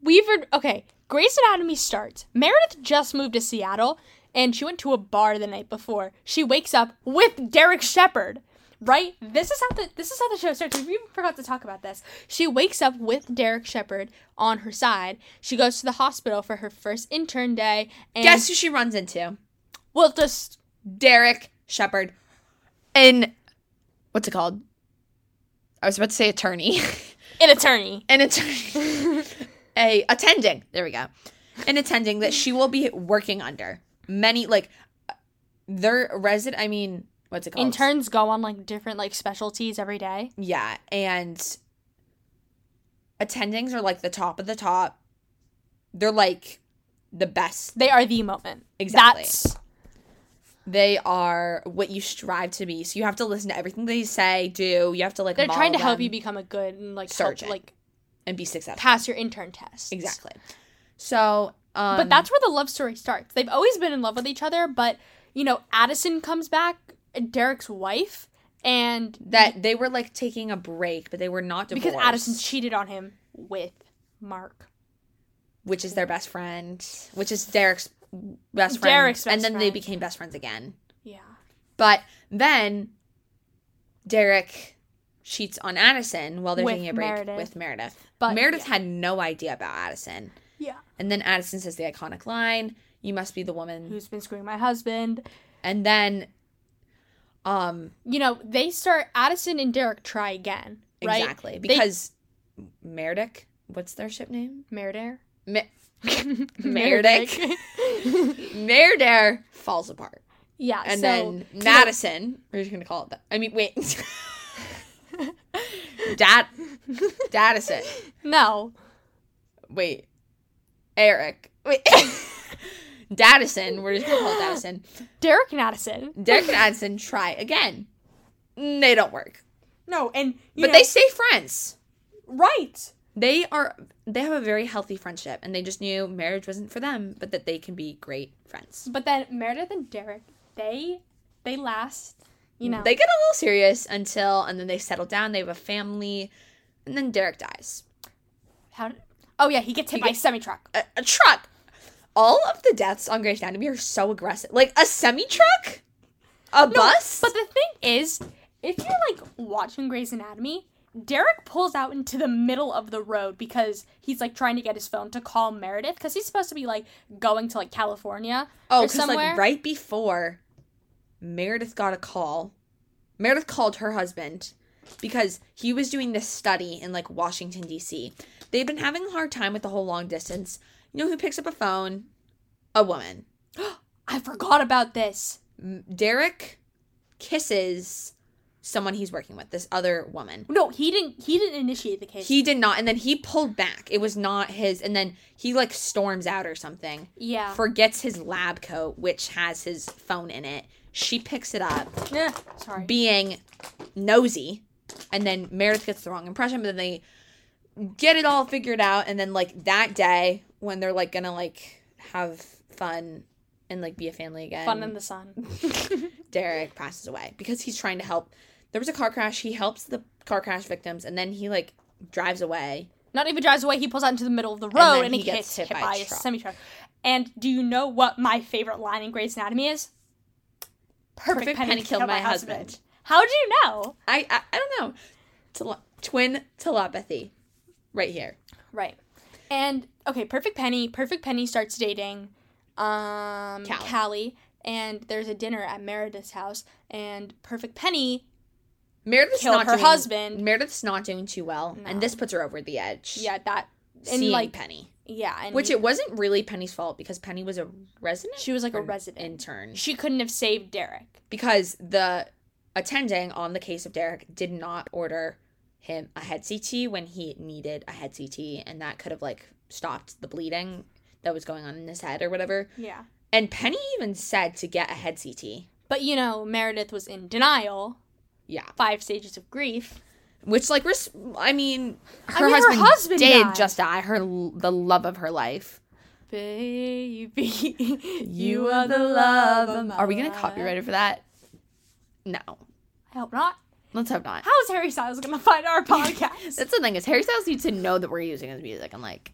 we've heard okay. Grey's Anatomy starts. Meredith just moved to Seattle, and she went to a bar the night before. She wakes up with Derek Shepard. Right? This is how the this is how the show starts. We forgot to talk about this. She wakes up with Derek Shepard on her side. She goes to the hospital for her first intern day, and
Guess who she runs into?
well, just
Derek Shepard. And what's it called? I was about to say attorney.
an attorney.
an attorney, a attending. There we go, an attending that she will be working under. Many like their resident. I mean, what's it called?
Interns go on like different like specialties every day.
Yeah, and attendings are like the top of the top. They're like the best.
They are the moment.
Exactly.
That's
They are what you strive to be. So you have to listen to everything they say, do. You have to like.
they're trying to
model
help
them
you become a good and like
Surgeon.
help like
and be successful.
pass your intern test.
Exactly. So, um,
but that's where the love story starts. They've always been in love with each other, but you know, Addison comes back, Derek's wife, and
that they were like taking a break, but they were not divorced
because Addison cheated on him with Mark.
which is their best friend, which is Derek's best friend.
Derek's best
and then they
friend.
became best friends again.
Yeah.
But then Derek cheats on Addison while they're
With
taking a break
Meredith.
with Meredith.
But
Meredith
yeah.
had no idea about Addison.
yeah.
And then Addison says the iconic line, "You must be the woman."
Who's been screwing my husband?
and then um
You know, they start Addison and Derek try again, right?
exactly because Meredith, what's their ship name?
Meredith.
Ma- Meredith. Mayor Dare falls apart.
yeah.
And
so,
then Madison, we're just going to call it that. I mean, wait. Dad, Dadison.
no.
Wait. Eric. Wait. Dadison, we're just going to call it Dadison.
Derek and Addison.
Derek and Addison try again. They don't work.
No, and you
But
know,
they stay friends.
right.
They are they have a very healthy friendship and they just knew marriage wasn't for them, but that they can be great friends.
But then Meredith and Derek, they they last. You know.
They get a little serious until and then they settle down, they have a family, and then Derek dies.
How? did- oh yeah, he gets hit by a semi truck.
A, a truck. All of the deaths on Grey's Anatomy are so aggressive. Like a semi truck? A bus?
But the thing is, if you're like watching Grey's Anatomy, Derek pulls out into the middle of the road because he's like trying to get his phone to call Meredith because he's supposed to be like going to like California.
Oh,
or
because
somewhere.
like right before Meredith got a call, Meredith called her husband because he was doing this study in like Washington D.C. They've been having a hard time with the whole long distance. You know who picks up a phone? A woman.
I forgot about this.
M- Derek kisses someone he's working with. This other woman.
No, he didn't. He didn't initiate the case.
He did not, and then he pulled back. It was not his, and then he like storms out or something.
yeah.
Forgets his lab coat, which has his phone in it. She picks it up.
Eh, sorry.
being nosy and then meredith gets the wrong impression but then they get it all figured out and then like that day when they're like gonna like have fun and like be a family again
Fun in the sun.
derek passes away because he's trying to help there was a car crash he helps the car crash victims and then he like drives away
Not even drives away. He pulls out into the middle of the
then
road and, he, gets, hit, by, a
truck.
semi truck. And do you know what my favorite line in Grey's Anatomy is? Perfect,
penny killed my husband.
How do you know?
i i, I don't know Tele- twin telepathy right here
Right. And okay, Perfect Penny, Perfect Penny starts dating um
Callie.
Callie. and there's a dinner at Meredith's house and Perfect Penny
meredith's
killed
not
her
doing,
husband.
meredith's not doing too well
No.
and this puts her over the edge
Yeah, that and
seeing
like
Penny,
yeah, and
which it wasn't really Penny's fault because Penny was a resident
she was like a
or
resident.
intern
She couldn't have saved Derek.
because the attending on the case of Derek did not order him a head CT when he needed a head CT, and that could have like stopped the bleeding that was going on in his head or whatever.
Yeah.
And Penny even said to get a head CT.
But you know, Meredith was in denial.
Yeah,
Five stages of grief.
which like res- I mean, her,
mean, her
husband
husband
did
died.
just die. Her l- the love of her life.
Baby,
You are the love. Of my Are we gonna copyright it for that? No,
I hope not.
let's hope not.
How is Harry Styles gonna find our podcast?
That's the thing is Harry Styles needs to know that we're using his music. I'm like,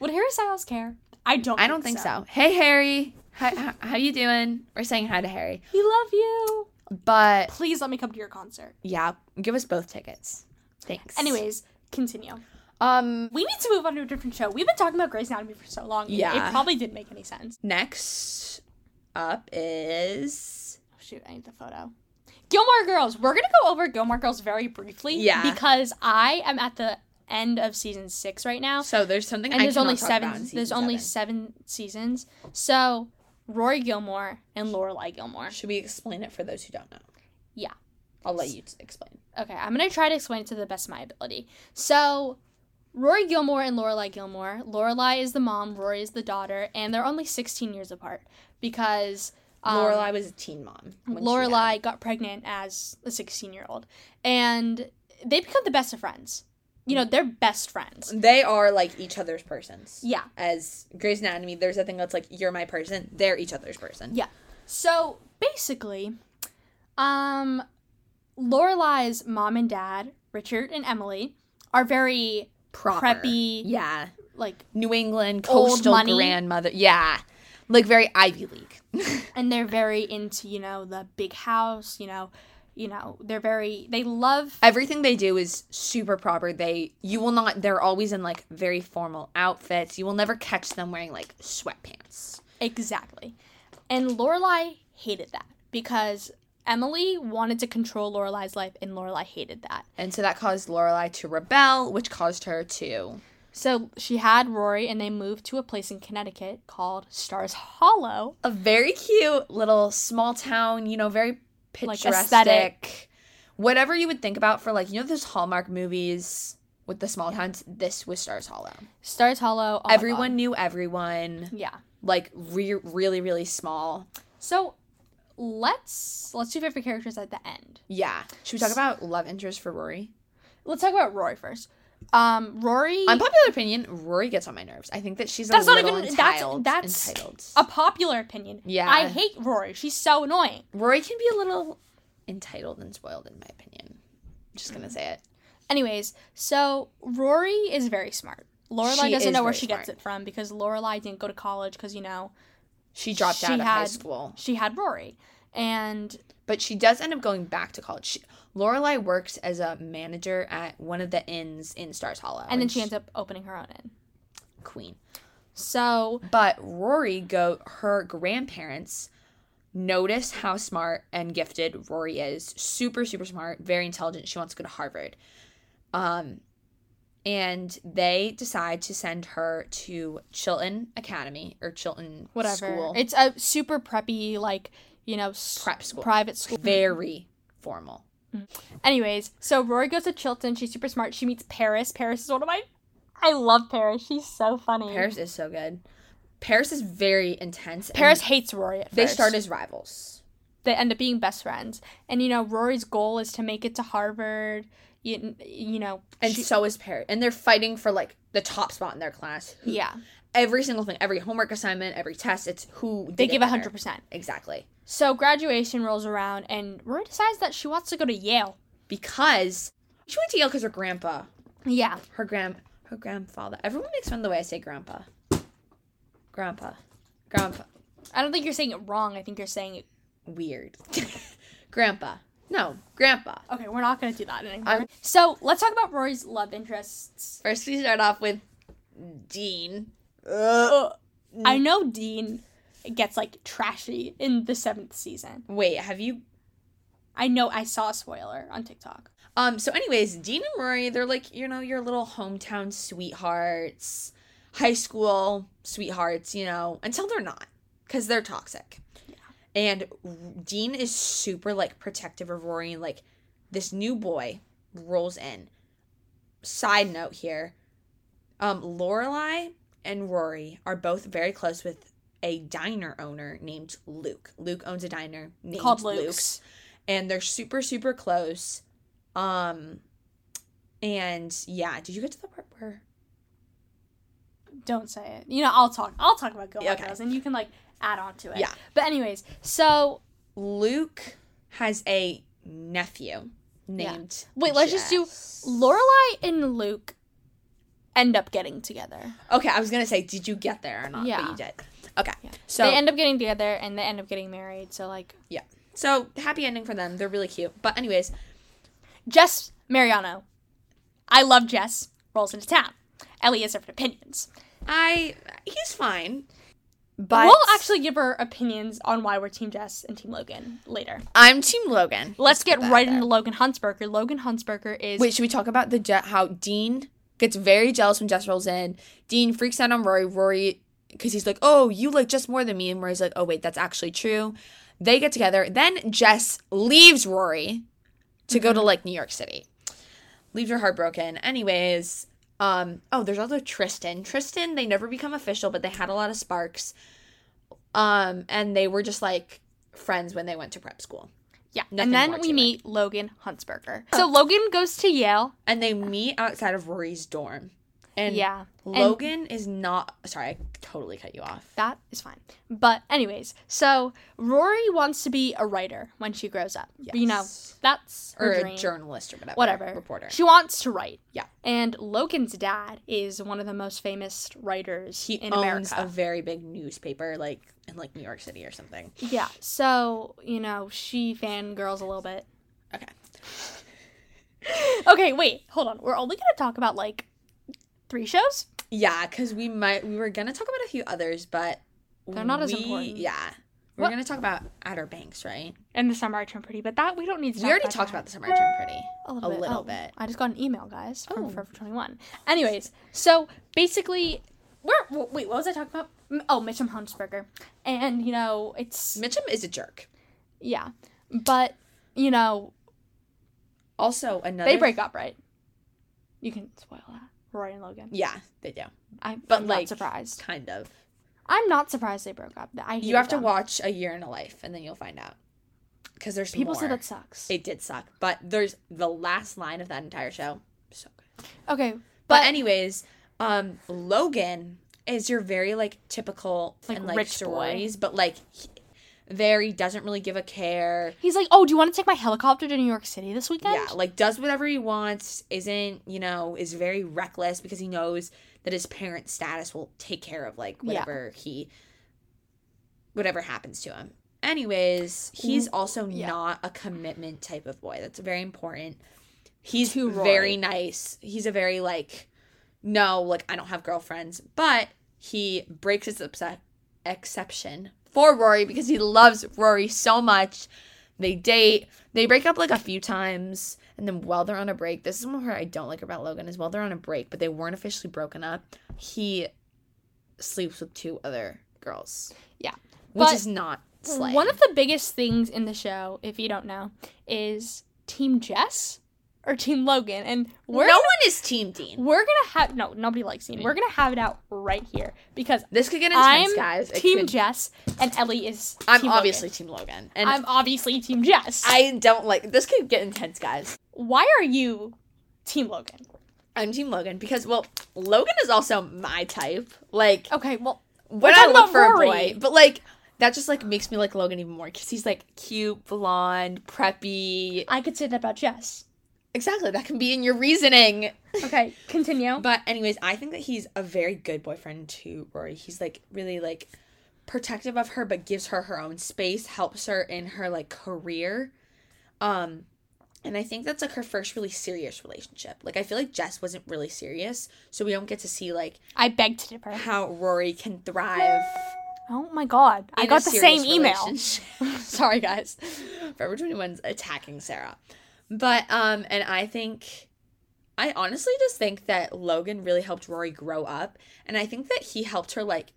Would Harry Styles care? I don't.
I don't think so. Hey Harry, hi, how, how you doing? We're saying hi to Harry,
We love you.
but
Please let me come to your concert.
yeah, give us both tickets. Thanks.
Anyways, continue.
um,
We need to move on to a different show. We've been talking about Grey's Anatomy for so long. it-
Yeah.
It probably didn't make any sense.
next up is
Oh, shoot, I need the photo. Gilmore Girls. We're gonna go over Gilmore Girls very briefly.
Yeah.
Because I am at the end of season six right now.
so there's something
and
I
there's only
cannot talk about
seven.
in season
There's only
seven.
seven seasons. So Rory Gilmore and Lorelai Gilmore.
Should we explain it for those who don't know?
Yeah.
I'll let you t- explain.
Okay, I'm gonna try to explain it to the best of my ability. So Rory Gilmore and Lorelai Gilmore. Lorelai is the mom. Rory is the daughter, and they're only 16 years apart because um,
Lorelai was a teen mom. when she died.
Lorelai got pregnant as a 16 year old, and they become the best of friends. You know, they're best friends.
They are like each other's persons.
Yeah.
As Grey's Anatomy, there's a thing that's like you're my person, they're each other's person.
Yeah. So basically, um, Lorelai's mom and dad, Richard and Emily, are very
Proper.
preppy,
Yeah.
like,
New England
Old
coastal
money.
grandmother. Yeah. Like very Ivy League.
and they're very into you know the big house, you know, you know they're very they love
Everything they do is super proper. They you will not they're always in like very formal outfits. You will never catch them wearing like sweatpants.
exactly, and Lorelai hated that because Emily wanted to control Lorelai's life, and Lorelai hated that.
And so that caused Lorelai to rebel, which caused her to
So she had Rory and they moved to a place in Connecticut called Stars Hollow.
A very cute little small town, you know, very
Like,
picturesque.
aesthetic.
Whatever you would think about for like, you know, those Hallmark movies with the small towns, this was Stars Hollow.
Stars Hollow. oh my
everyone knew everyone.
God. Yeah.
Like re- really, really small.
So let's let's do favorite characters at the end.
Yeah. Should we talk about love interest for Rory?
Let's talk about Rory first. Um, Rory.
Unpopular opinion, Rory gets on my nerves. I think that she's a
That's not
little
even- that's-
entitled.
that's
entitled.
a popular opinion.
Yeah.
I hate Rory. She's so annoying.
Rory can be a little entitled and spoiled, in my opinion. I'm just
Mm.
gonna say it.
Anyways, so Rory is very smart. Lorelai
She
doesn't
is
know where
very
she gets
smart.
it from because Lorelai didn't go to college because you know
She dropped
She
out of high
had-
school,
she had Rory, and
but she does end up going back to college. She, Lorelai works as a manager at one of the inns in Stars Hollow,
and then she ends up opening her own inn.
queen.
So
But Rory go her grandparents notice how smart and gifted Rory is. Super super smart, very intelligent. She wants to go to Harvard. Um and they decide to send her to Chilton Academy or Chilton
whatever,
school.
it's a super preppy like you know s-
prep school.
private school.
Very formal.
Anyways, so Rory goes to Chilton. She's super smart. She meets Paris. Paris is one of my. I love Paris. She's so funny.
Paris is so good. Paris is very intense. and
Paris hates Rory at
they
first.
start as rivals.
They end up being best friends, and you know Rory's goal is to make it to Harvard. You, you know,
And
she-
so is Paris. And they're fighting for like the top spot in their class. Who-
yeah,
every single thing, every homework assignment, every test. It's who
they
did it
give a
better.
hundred percent.
exactly
So graduation rolls around, and Rory decides that she wants to go to Yale.
because she went to Yale because her grandpa,
Yeah,
her grand, her grandfather. Everyone makes fun of the way I say grandpa, grandpa, grandpa.
I don't think you're saying it wrong. I think you're saying it.
Weird, grandpa. No, grandpa.
Okay, we're not gonna do that anymore.
I'm-
so let's talk about Rory's love interests.
First, we start off with Dean. Mm.
I know Dean gets like trashy in the seventh season.
Wait, have you?
I know I saw a spoiler on TikTok.
Um. So, anyways, Dean and Rory, they're like you know your little hometown sweethearts, high school sweethearts, you know, until they're not, because they're toxic. And R- Dean is super like protective of Rory. And, like this new boy rolls in. Side note here, um, Lorelai and Rory are both very close with a diner owner named Luke. Luke owns a diner named
Called
Luke's,
Luke's.
and they're super super close. Um, and yeah, did you get to the part where?
Don't say it. You know, I'll talk. I'll talk about Gilmore
Okay.
Girls, and you can like add on to it.
Yeah.
But anyways, so
Luke has a nephew named.
wait, let's just do
Jess.
Lorelai and Luke end up getting together.
Okay, I was gonna say, did you get there or not?
Yeah.
But you did. Okay.
Yeah.
So
they end up getting together and they end up getting married. So like
yeah. So happy ending for them. They're really cute. But anyways,
Jess Mariano. I love Jess. Rolls into town. Ellie has different opinions.
I he's fine. But
we'll actually give her opinions on why we're Team Jess and Team Logan later.
I'm Team Logan.
Let's get
put that
right
out
into Logan Huntsberger. Logan Huntsberger is
Wait, should we talk about the je- how Dean gets very jealous when Jess rolls in? Dean freaks out on Rory. Rory, because he's like, "Oh, you like Jess more than me," and Rory's like, "Oh, wait, that's actually true." They get together. Then Jess leaves Rory to go to like New York City. Leaves her heartbroken. Anyways, um, oh, there's also Tristan. Tristan, they never become official, but they had a lot of sparks. Um, and they were just like friends when they went to prep school.
yeah.
nothing
And then
more
we
to it.
meet Logan Huntsberger. So Logan goes to Yale.
And they meet outside of Rory's dorm. And
yeah. and
Logan is not. Sorry, I totally cut you off.
that is fine. But anyways, so Rory wants to be a writer when she grows up. You know,
Yes.
that's her
Or a
dream.
journalist or whatever.
whatever
Reporter.
She wants to write.
Yeah.
And Logan's dad is one of the most famous writers
He
in
owns
America.
a very big newspaper, like in like New York City or something.
yeah. So you know she fangirls a little bit.
Okay.
Okay, wait, hold on. We're only gonna talk about like three shows.
Yeah, because we might we were gonna talk about a few others, but
They're not as
we-
important.
Yeah, We're
What-
gonna talk about Outer Banks, right?
And the summer I turned pretty, but that we don't need to.
We already talked about the summer I turned pretty.
a little,
a
bit.
little
Oh,
bit.
I just got an email, guys, from
Oh.
Forever Twenty One. Anyways, so basically, we're w- wait. What was I talking about? M- Oh, Mitchum Huntsberger, and you know it's
Mitchum is a jerk.
yeah, but you know
Also, another
they break up, right? You can spoil that. Rory and Logan.
Yeah, they do.
I,
But,
I'm
like,
not surprised.
Kind of.
I'm not surprised they broke up. I
You
hated
have to
them.
watch A Year in a Life, and then you'll find out. Because there's
People
more.
said that sucks.
it did suck, but there's the last line of that entire show. So good.
okay,
But,
But-
anyways, um, Logan is your very like typical
Like,
and like
rich boy.
stories, but like he, there he doesn't really give a care.
he's like, "Oh, do you want to take my helicopter to New York City this weekend?"
Yeah, like does whatever he wants. Isn't you know is very reckless because he knows that his parent status will take care of like
Yeah.
whatever he, whatever happens to him. Anyways, he's also
yeah.
not a commitment type of boy. That's very important. He's
To Roy.
very nice. He's a very like, no, like I don't have girlfriends, but he breaks his upset exception for Rory because he loves Rory so much. They date. They break up like a few times, and then while they're on a break, this is one part I don't like about Logan is while they're on a break, but they weren't officially broken up. He sleeps with two other girls.
Yeah.
which
But
is not slang.
One of the biggest things in the show, if you don't know, is Team Jess or Team Logan, and we're
no Mm-hmm. one is Team Dean.
we're gonna have no nobody likes Dean. We're gonna have it out right here because
This could get intense,
I'm
guys. It
Team
could-
Jess and Ellie is.
I'm
Team
obviously
Logan.
Team Logan, and
I'm obviously Team Jess.
I don't like this. Could get intense, guys.
Why are you Team Logan?
I'm Team Logan because well, Logan is also my type. Like
Okay, well,
when I
talking
look
about
for
Rory.
a boy, but like that just like makes me like Logan even more because he's like cute, blonde, preppy.
I could say that about Jess.
Exactly, that can be in your reasoning.
Okay, continue.
But anyways, I think that he's a very good boyfriend to Rory. He's like really like protective of her but gives her her own space, helps her in her like career. Um and I think that's like her first really serious relationship. Like I feel like Jess wasn't really serious, so we don't get to see like
I beg to differ.
how Rory can thrive.
Oh my god, I
in a
got the
serious
same email.
relationship. Sorry guys. Forever 21's attacking Sarah. But um and I think I honestly just think that Logan really helped Rory grow up and I think that he helped her like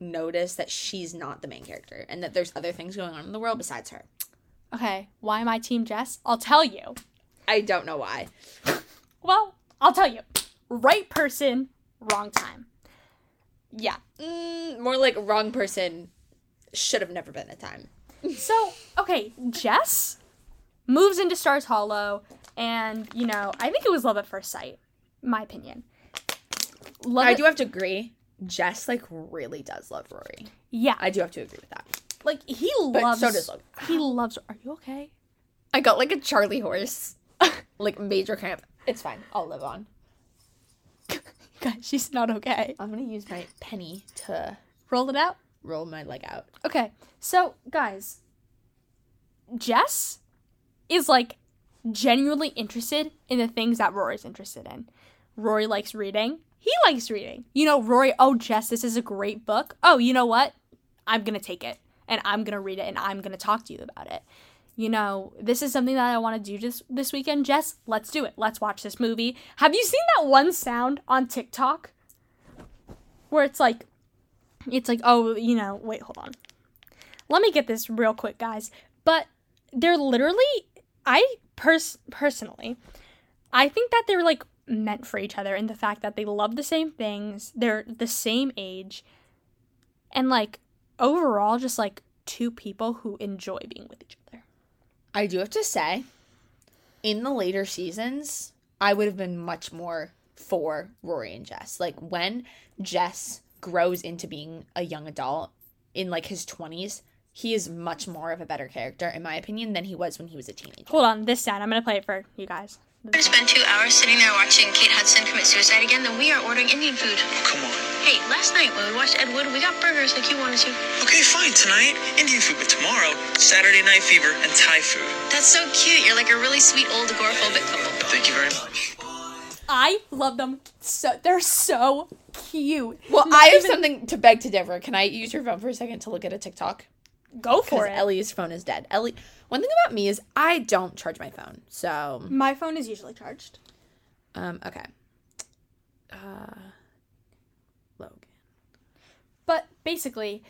notice that she's not the main character and that there's other things going on in the world besides her.
Okay, why am I Team Jess? I'll tell you.
I don't know why.
Well, I'll tell you. Right person, wrong time. Yeah.
Mm, more like wrong person should have never been a time.
So, okay, Jess moves into Stars Hollow, and, you know, I think it was love at first sight, my opinion. Love
I
at-
do have to agree. Jess like really does love Rory.
Yeah.
I do have to agree with that.
Like, he
But
loves.
so does Logan.
He loves. Are you okay?
I got like a Charlie horse, like major cramp. It's fine. I'll live on.
Guys, she's not okay.
I'm gonna use my penny to
Roll it out.
roll my leg out.
Okay, so guys, Jess is like genuinely interested in the things that Rory's interested in. Rory likes reading. He likes reading. You know, Rory, oh, Jess, this is a great book. Oh, you know what? I'm going to take it and I'm going to read it and I'm going to talk to you about it. You know, this is something that I want to do this, this weekend, Jess. Let's do it. Let's watch this movie. Have you seen that one sound on TikTok where it's like, it's like, oh, you know, wait, hold on. Let me get this real quick, guys. But they're literally, I pers- personally, I think that they're like meant for each other in the fact that they love the same things, they're the same age, and like overall, just like two people who enjoy being with each other.
I do have to say, in the later seasons, I would have been much more for Rory and Jess. Like when Jess grows into being a young adult in like his 20s, he is much more of a better character, in my opinion, than he was when he was a teenager.
Hold on, this sound, I'm gonna play it for you guys.
going to spend two hours sitting there watching Kate Hudson commit suicide again, then we are ordering Indian food.
Come on.
Hey, last night when we watched Ed Wood, we got burgers like you wanted to.
Okay, fine. Tonight, Indian food, but tomorrow, Saturday Night Fever and Thai food.
That's so cute. You're like a really sweet old agoraphobic couple.
Thank you very much.
I love them so, they're so cute.
Well, I have something to beg to differ. Can I use your phone for a second to look at a TikTok?
go for
because
it.
Ellie's phone is dead. Ellie, one thing about me is I don't charge my phone, so
My phone is usually charged.
um, okay. Uh, Logan.
But basically,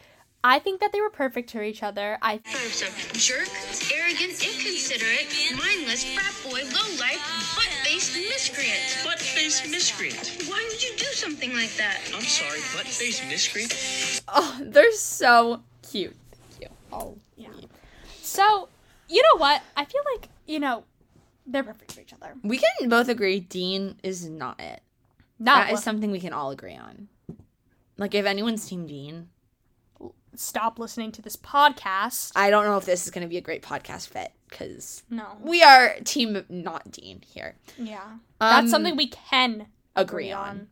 I think that they were perfect for each other. I
Types of jerk, arrogant, inconsiderate, mindless, brat boy, lowlife, butt-faced miscreant.
Butt face miscreant.
Why would you do something like that?
I'm sorry, butt face miscreant.
Oh, they're so cute. Thank you. Oh,
yeah. So, you know what? I feel like, you know, they're perfect for each other.
we can both agree Dean is not it.
Not
That is something we can all agree on. Like if anyone's team Dean,
stop listening to this podcast.
I don't know if this is going to be a great podcast fit because
No.
we are team not Dean here.
Yeah.
Um,
That's something we can
agree on.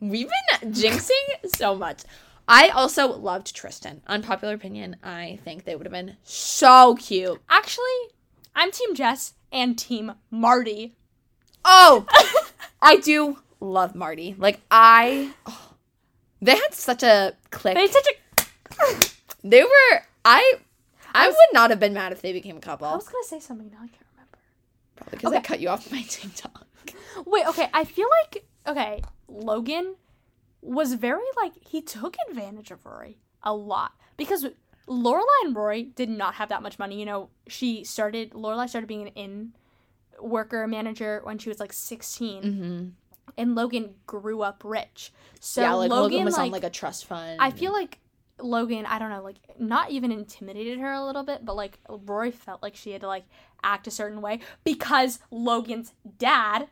We've been jinxing so much. I also loved Tristan. Unpopular opinion, I think they would have been so cute.
Actually, I'm Team Jess and Team Marty.
Oh, I do love Marty. Like I, oh, they had such a click.
They had such a.
They were I. I, would not have been mad if they became a couple.
I was gonna say something now. I can't remember.
Probably because I
okay.
cut you off my TikTok.
Wait. Okay. I feel like okay. Logan was very like he took advantage of Rory a lot because Lorelai and Rory did not have that much money. You know, she started Lorelai started being an in worker manager when she was like 16
Mm-hmm.
and Logan grew up rich. So
yeah, like Logan,
Logan
was
like,
on like a trust fund.
I feel like Logan, I don't know, like not even intimidated her a little bit, but like Rory felt like she had to like act a certain way because Logan's dad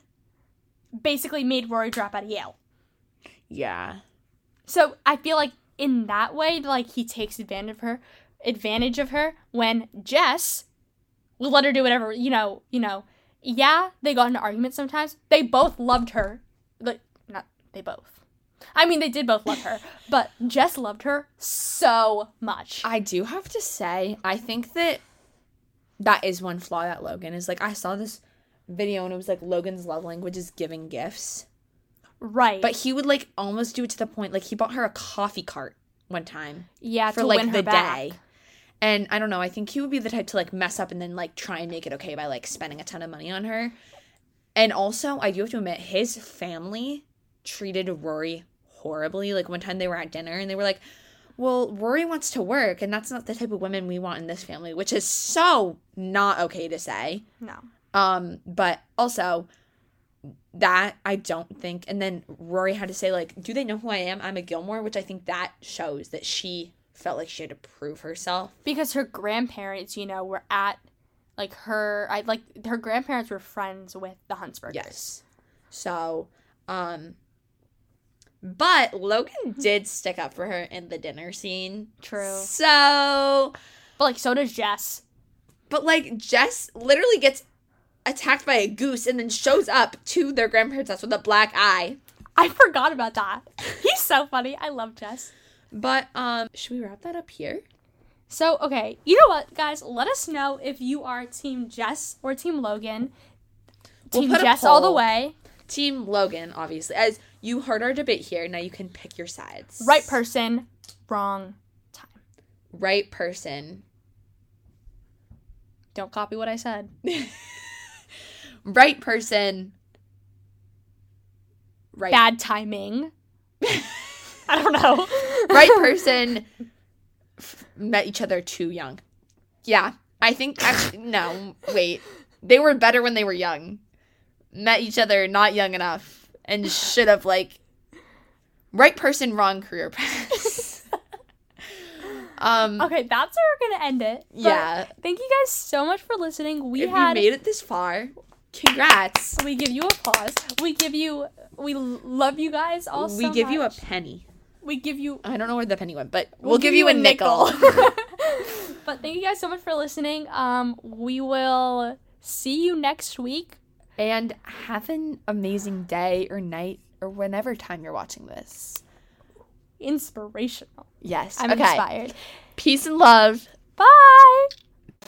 basically made Rory drop out of Yale.
yeah,
So I feel like in that way, like he takes advantage of her, advantage of her when Jess will let her do whatever you know. You know, yeah, they got into arguments sometimes. They both loved her, like not they both. I mean, they did both love her, but Jess loved her so much.
I do have to say, I think that that is one flaw that Logan is like. I saw this video and it was like Logan's love language is giving gifts,
right?
but he would like almost do it to the point like he bought her a coffee cart one time.
yeah,
for
to
like
win her
the
back.
day. And I don't know, I think he would be the type to like mess up and then like try and make it okay by like spending a ton of money on her. And also, I do have to admit, his family treated Rory horribly. Like one time they were at dinner and they were like, Well, Rory wants to work, and that's not the type of women we want in this family, which is so not okay to say.
No,
Um, but also that I don't think and then Rory had to say like, Do they know who I am? I'm a Gilmore, which I think that shows that she felt like she had to prove herself.
because her grandparents, you know, were at like her. I like her grandparents were friends with the Huntsburgers.
Yes. So, um but Logan did stick up for her in the dinner scene.
True.
So
But like, so does Jess.
but like Jess literally gets attacked by a goose and then shows up to their grandparents' house with a black eye.
I forgot about that. He's so funny. I love Jess.
But um should we wrap that up here?
So, okay, you know what, guys? Let us know if you are Team Jess or Team Logan.
We'll
team
put a
Jess all the
poll.
way.
Team Logan, obviously. As you heard our debate here, now you can pick your sides.
Right person, wrong time.
Right person.
Don't copy what I said.
Right person. Right.
Bad timing. I don't know.
Right person. F- Met each other too young. Yeah. I think actually no, wait. They were better when they were young. Met each other not young enough and should have like right person wrong career path. um
Okay, that's where we're gonna end it. But
yeah.
Thank you guys so much for listening. We
if
had
you made it this far, congrats.
we give you applause. We give you we l- love you guys all
we
so
give you a
much.
penny.
we give you
I don't know where the penny went, but we'll, give, you a nickel.
but thank you guys so much for listening. Um, we will see you next week.
and have an amazing day or night or whenever time you're watching this.
Inspirational.
Yes.
I'm
okay.
inspired.
Peace and love.
Bye.